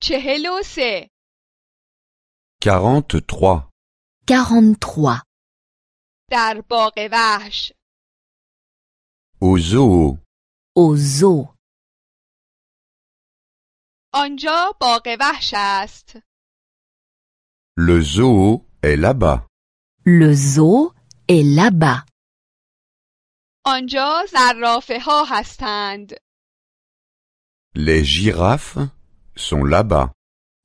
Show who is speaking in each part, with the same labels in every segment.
Speaker 1: چهل و سه
Speaker 2: 43.
Speaker 3: 43.
Speaker 1: در باغ وحش
Speaker 2: Au zoo.
Speaker 3: Au zoo.
Speaker 1: آنجا باغ وحش است
Speaker 2: Le zoo est là-bas.
Speaker 3: Le zoo est là-bas.
Speaker 1: آنجا زرافه ها هستند
Speaker 2: Les girafes sont là-bas.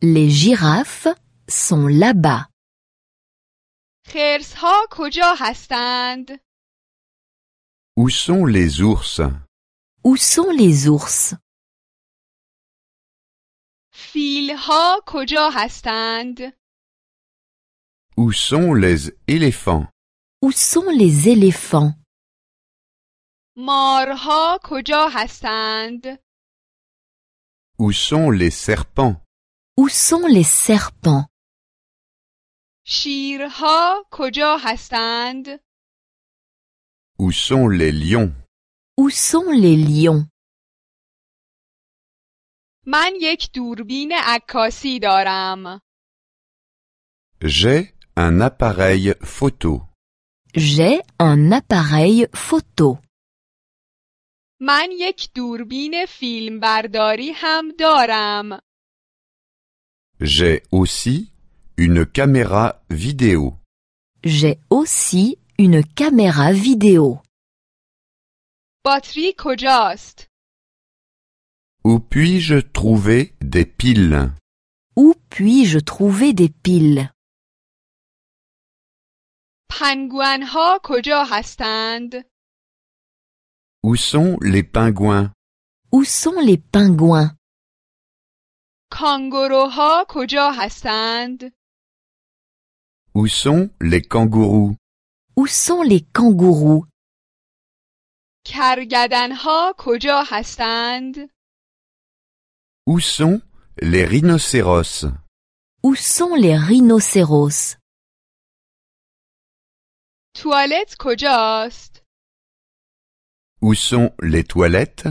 Speaker 3: Les girafes sont là-bas.
Speaker 1: خرس ها کجا هستند
Speaker 2: Où sont les ours
Speaker 3: Où sont les ours
Speaker 1: فیل ها کجا هستند
Speaker 2: Où sont les éléphants
Speaker 3: Où sont les éléphants
Speaker 1: مارها کجا هستند
Speaker 2: Où sont les serpents
Speaker 3: Où sont les serpents
Speaker 1: شیرها کجا هستند
Speaker 2: Où sont les lions
Speaker 3: Où sont les lions
Speaker 1: من یک دوربین عکاسی دارم
Speaker 2: J'ai un appareil photo.
Speaker 3: J'ai un appareil photo.
Speaker 1: من یک دوربین فیلمبرداری هم دارم
Speaker 2: J'ai aussi une caméra vidéo.
Speaker 3: J'ai aussi une caméra vidéo.
Speaker 1: باتری کجاست
Speaker 2: Où puis-je trouver des piles
Speaker 3: Où puis-je trouver des piles
Speaker 1: پنگوانها کجا هستند
Speaker 2: Où sont les pingouins
Speaker 3: Où sont les pingouins
Speaker 1: کانگوروها کجا هستند
Speaker 2: Où sont les kangourous
Speaker 3: Où sont les kangourous
Speaker 1: کرگدنها کجا هستند
Speaker 2: Où sont les rhinocéros
Speaker 3: Où sont les rhinocéros
Speaker 1: توالت کجاست
Speaker 2: Où sont les toilettes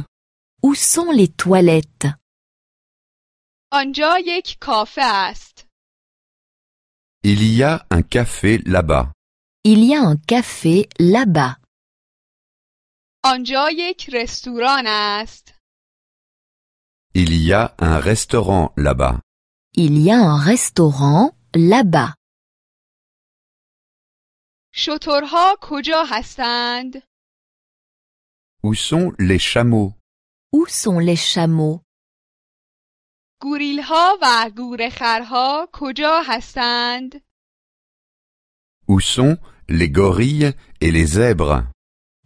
Speaker 3: Où sont les toilettes
Speaker 1: آنجا یک کافه است
Speaker 2: Il y a un café là-bas.
Speaker 3: Il y a un café là-bas.
Speaker 1: آنجا یک رستوران است
Speaker 2: Il y a un restaurant là-bas.
Speaker 3: Il y a un restaurant là-bas.
Speaker 1: شترها کجا هستند
Speaker 2: Où sont les chameaux
Speaker 3: Où sont les chameaux
Speaker 1: گوریلها و گورخرها کجا هستند
Speaker 2: Où sont les gorilles et les zèbres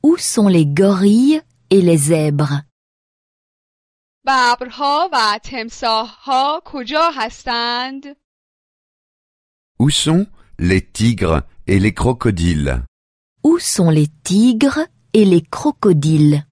Speaker 3: Où sont les gorilles et les zèbres
Speaker 1: ببرها و تمساهها کجا هستند
Speaker 2: Où sont les tigres et les crocodiles
Speaker 3: Où sont les tigres et les crocodiles